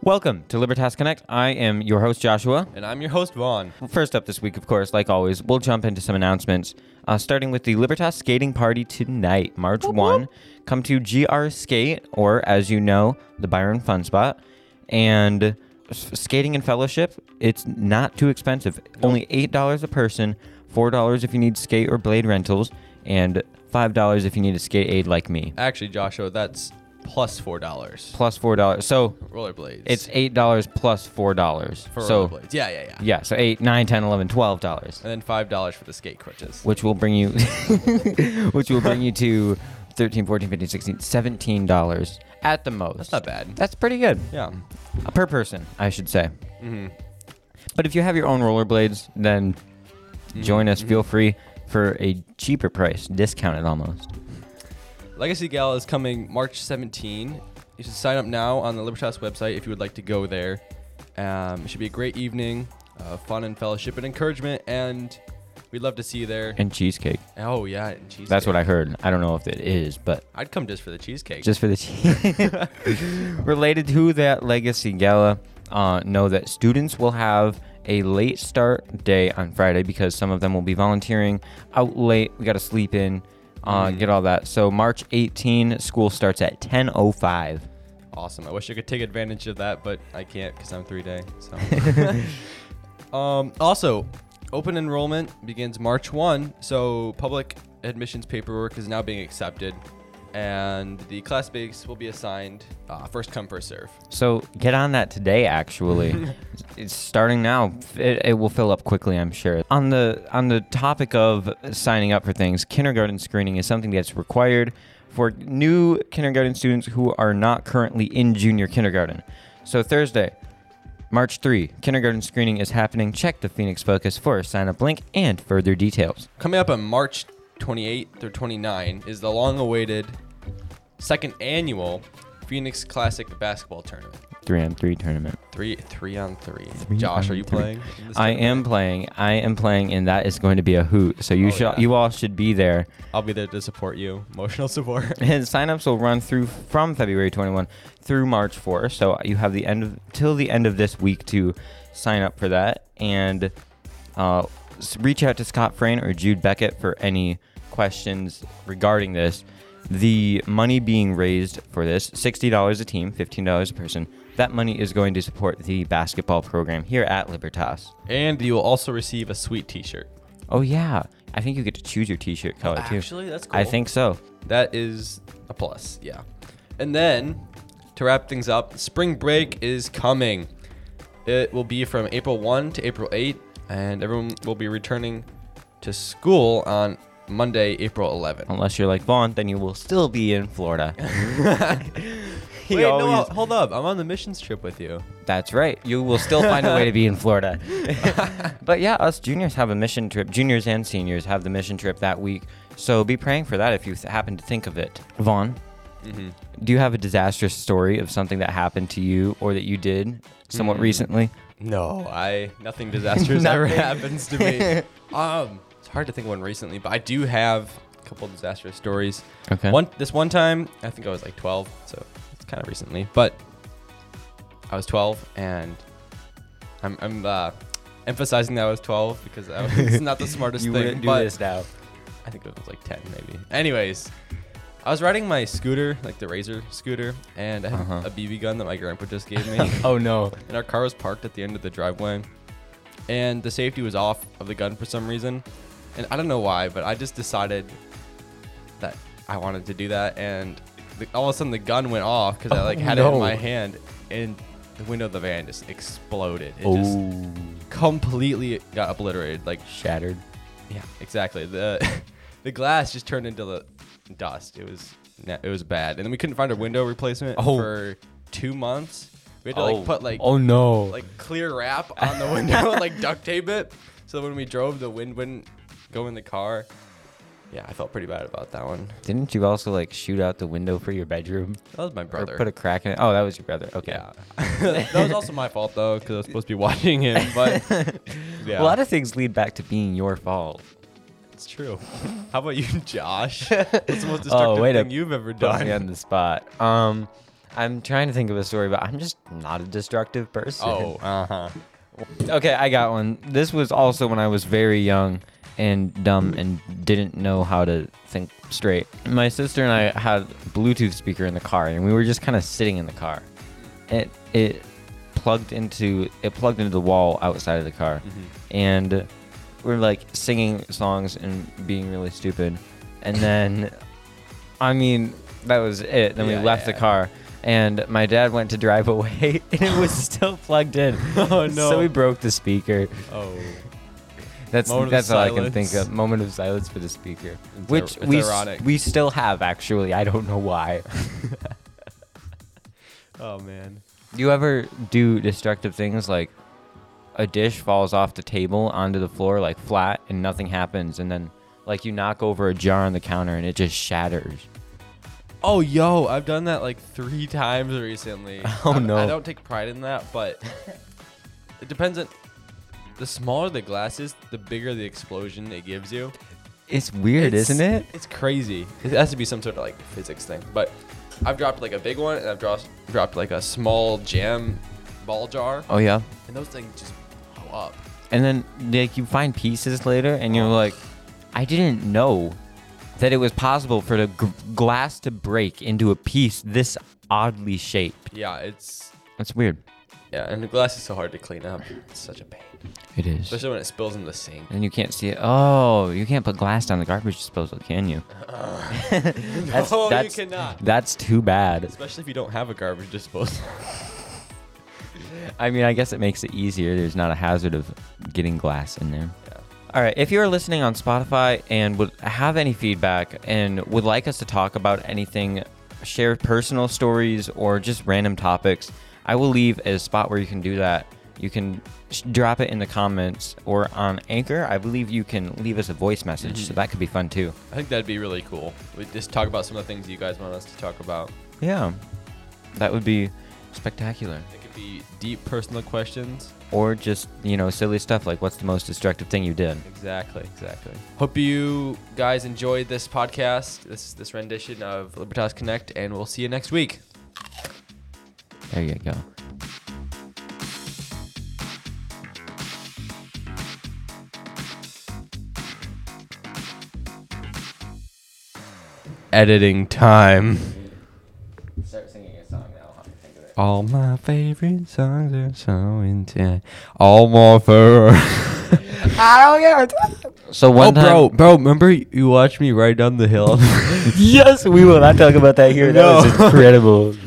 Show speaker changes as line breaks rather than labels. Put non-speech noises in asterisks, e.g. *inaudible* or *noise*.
Welcome to Libertas Connect. I am your host, Joshua.
And I'm your host, Vaughn.
First up this week, of course, like always, we'll jump into some announcements, uh, starting with the Libertas Skating Party tonight, March 1. Come to GR Skate, or as you know, the Byron Fun Spot. And s- skating and fellowship, it's not too expensive. Only $8 a person, $4 if you need skate or blade rentals, and $5 if you need a skate aid like me.
Actually, Joshua, that's plus four dollars.
Plus $4. So
Rollerblades.
it's $8 plus $4.
for
so
rollerblades. Yeah, yeah, yeah.
Yeah, so 8, 9, 10, 11, 12 dollars,
And then five dollars for the skate crutches.
which will bring you *laughs* which will bring you to 13, 14, 15, 16, 17 dollars at the most.
That's not bad.
That's pretty good.
yeah.
Uh, Per person, I should say.
Mm-hmm.
But if you have your own rollerblades, then join
Mm-hmm.
us, feel free for a cheaper price, discounted almost.
Legacy Gala is coming March 17. You should sign up now on the Libertas website if you would like to go there. Um, it should be a great evening, uh, fun and fellowship and encouragement, and we'd love to see you there.
And cheesecake.
oh yeah, and cheesecake.
That's what I heard. I don't know if it is, but
I'd come just for the cheesecake.
just for the *laughs* related to that legacy gala uh, know that students will have a late start day on friday because some of them will be volunteering out late we gotta sleep in uh, get all that so march 18 school starts at 10.05
Awesome. I wish I could take advantage of that, but I can't because I'm three day. *laughs* So. um, also, open enrollment begins March 1, so public admissions paperwork is now being accepted, and the class base will be assigned uh, first come, first serve.
so get on that today actually it's starting now it, it will fill up quickly i'm sure on the on the topic of signing up for things kindergarten screening is something that's required for new kindergarten students who are not currently in junior kindergarten so thursday march 3 kindergarten screening is happening check the phoenix focus for a sign up link and further details
Coming up on March 28th through 29 is the long awaited second annual Phoenix Classic basketball tournament.
3m3 tournament
Three, three on three. Josh, are you playing? in this
i
tournament?
am playing i am playing and that is going to be a hoot so you
Oh,
shall
yeah.
you all should be there
I'll be there to support you. Emotional support.
*laughs* And signups will run through from February 21 through March 4. So you have the end of till the end of this week to sign up for that and uh, s- reach out to Scott Frayne or Jude Beckett for any questions regarding this. The money being raised for this $60 a team, $15 a person. That money is going to support the basketball program here at Libertas.
And you will also receive a sweet T-shirt.
Oh yeah, I think you get to choose your T-shirt color too.
Actually, that's
I
cool.
think so.
That is a plus, yeah. And then to wrap things up, spring break is coming. It will be from April 1 to April 8, and everyone will be returning to school on Monday, April 11.
Unless you're like Vaughn, then you will still be in
*laughs*
Florida. *laughs* He
Wait, no,
always-
hold up. I'm on the missions trip with you.
That's right. You will still find a way to be in Florida. *laughs* but yeah, us juniors have a mission trip. Juniors and seniors have the mission trip that week. So be praying for that if you th- happen to think of it. Vaughn, do you have a disastrous story of something that happened to you or that you did somewhat
Hmm. *laughs*
recently?
No, I
*laughs*
nothing disastrous ever happens to me. um, it's hard to think of one recently, but I do have a couple disastrous stories.
Okay.
One this one time, I think I was like 12, so it's kind of recently, but I was 12 and I'm I'm uh, emphasizing that I was 12 because that was, Oh,
*laughs*
it's not the smartest
you
thing.
wouldn't do
but
this
*laughs*
now.
I think it was like 10 maybe. Anyways, I was riding my scooter, like the Razor scooter, and I had
Uh-huh.
a BB gun that my grandpa just gave me
*laughs* oh no.
and our car was parked at the end of the driveway and the safety was off of the gun for some reason and i don't know why but i just decided that i wanted to do that and the, all of a sudden the gun went off because i like
Oh,
had it
no.
in my hand and the window of the van just exploded it just
Oh,
completely got obliterated like
shattered.
yeah exactly the *laughs* the glass just turned into the dust it was na- it was bad and then we couldn't find a window replacement
Oh.
for two months we had to like put like
no.
like clear wrap on the window and like duct tape it so when we drove the wind wouldn't go in the car yeah i felt pretty bad about that one
Didn't you also like shoot out the window for your bedroom?
that was my
Or
brother
put a crack in it? Oh, that was your brother. Okay.
yeah *laughs* that was also my fault though because i was supposed to be watching him
*laughs*
but yeah
A lot of things lead back to being your fault.
it's true how
*laughs* Oh,
about you josh what's the most destructive
way to
thing you've ever
Put me
done
on the spot. Um, I'm trying to think of a story, but I'm just not a destructive person.
Oh, uh huh.
Okay, I got one. This was also when I was very young and dumb and didn't know how to think straight. My sister and I had a Bluetooth speaker in the car and we were just kind of sitting in the car. It it plugged into it plugged into the wall outside of the car
Mm-hmm.
and we're like singing songs and being really stupid. And then I mean, that was it. Then
Yeah,
we left
yeah,
the
yeah.
car and my dad went to drive *laughs* away and it was still plugged in.
*laughs* Oh,
*laughs*
no.
So we broke the speaker.
Oh,
That's
Moment of
that's all I can
silence.
think of. Moment of silence for the speaker,
It's
which
ir- it's
we s-
ironic.
we still have actually. I don't know why. *laughs*
oh man.
do you ever do destructive things like a dish falls off the table onto the floor like flat and nothing happens, and then like you knock over a jar on the counter and it just shatters?
Oh, yo, I've done that like three times recently.
*laughs* Oh,
I- I
no.
don't take pride in that,
*laughs*
but it depends on. The smaller the glass is, the bigger the explosion it gives you.
It's weird,
It's-
isn't
*laughs*
it?
It's crazy. It has to be some sort of like physics thing. But I've dropped like a big one, and I've dropped dropped like a small jam ball jar,
Oh yeah.
and those things just blow up.
And then like you find pieces later, and you're like, I didn't know that it was possible for the g- glass to break into a piece this oddly shaped.
Yeah, it's
That's weird.
yeah, and the glass is so hard to clean up. It's such a pain,
It is.
especially when it spills in the sink.
And you can't see it. Oh, you can't put glass down the garbage disposal, can you? that's,
*laughs* no, you
that's-
cannot.
That's too bad.
Especially if you don't have a garbage disposal.
I mean, I guess it makes it easier. There's not a hazard of getting glass in there.
yeah.
All right. If you're listening on Spotify and would have any feedback and would like us to talk about anything, share personal stories or just random topics, I will leave a spot where you can do that. You can sh- drop it in the comments or on Anchor. I believe you can leave us a voice message, so that could be fun too.
I think that'd be really cool. We just talk about some of the things you guys want us to talk about.
Yeah, that would be spectacular.
It could be deep personal questions.
Or just you know silly stuff like what's the most destructive thing you did?
Exactly, exactly. Hope you guys enjoyed this podcast, this this rendition of Libertas Connect, and we'll see you next week.
There you go.
Editing time.
Start singing a song now. I'll think of it.
All my favorite songs are so intense. All
*laughs*
my favorite.
Oh.
*laughs*
So
Oh,
one time,
bro, bro, remember
*laughs*
you watched me ride down the hill?
yes, we will not talk about that here.
No.
That was incredible.